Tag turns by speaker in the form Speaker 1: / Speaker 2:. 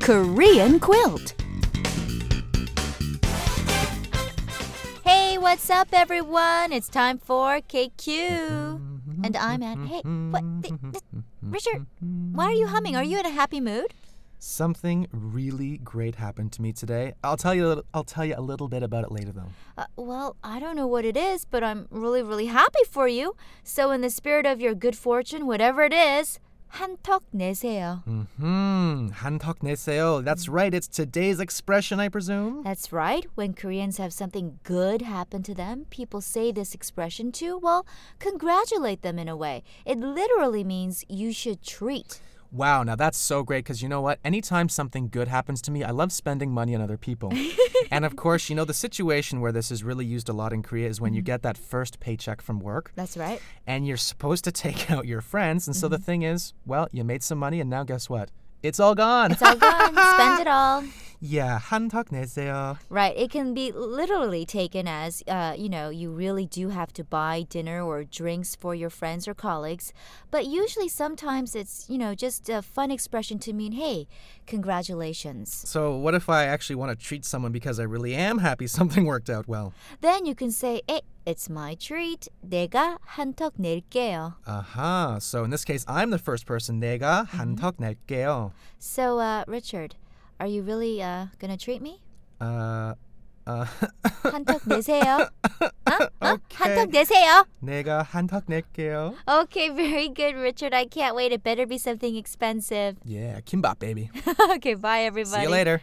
Speaker 1: Korean quilt.
Speaker 2: Hey, what's up, everyone? It's time for KQ. And I'm at. Hey, what? The, the- Richard, why are you humming? Are you in a happy mood?
Speaker 3: Something really great happened to me today. I'll tell you. a little- I'll tell you a little bit about it later, though.
Speaker 2: Uh, well, I don't know what it is, but I'm really, really happy for you. So, in the spirit of your good fortune, whatever it is, 한턱 내세요.
Speaker 3: Hmm. 한턱 내세요. That's right. It's today's expression, I presume.
Speaker 2: That's right. When Koreans have something good happen to them, people say this expression to, well, congratulate them in a way. It literally means you should treat.
Speaker 3: Wow. Now that's so great because you know what? Anytime something good happens to me, I love spending money on other people. and of course, you know the situation where this is really used a lot in Korea is when you get that first paycheck from work.
Speaker 2: That's right.
Speaker 3: and you're supposed to take out your friends. And so the thing is, well, you made some money, and now guess what? It's all gone.
Speaker 2: It's all gone. Spend it all.
Speaker 3: yeah, 한턱 내세요.
Speaker 2: Right. It can be literally taken as, uh, you know, you really do have to buy dinner or drinks for your friends or colleagues. But usually, sometimes it's, you know, just a fun expression to mean, hey, congratulations.
Speaker 3: So what if I actually want to treat someone because I really am happy something worked out well?
Speaker 2: Then you can say, hey, it's my treat. 내가 한턱 낼게요.
Speaker 3: Aha. Uh-huh. So in this case, I'm the first person. 내가
Speaker 2: Mm-hmm.
Speaker 3: 한턱 낼게요.
Speaker 2: So, uh, Richard, are you really uh, going to treat me?
Speaker 3: Uh, uh,
Speaker 2: 한턱 내세요. Huh? Huh?
Speaker 3: Okay.
Speaker 2: 한턱 내세요.
Speaker 3: 내가 한턱 낼게요.
Speaker 2: Okay, very good, Richard. I can't wait. It better be something expensive.
Speaker 3: Yeah, kimbap, baby.
Speaker 2: okay, bye, everybody.
Speaker 3: See you later.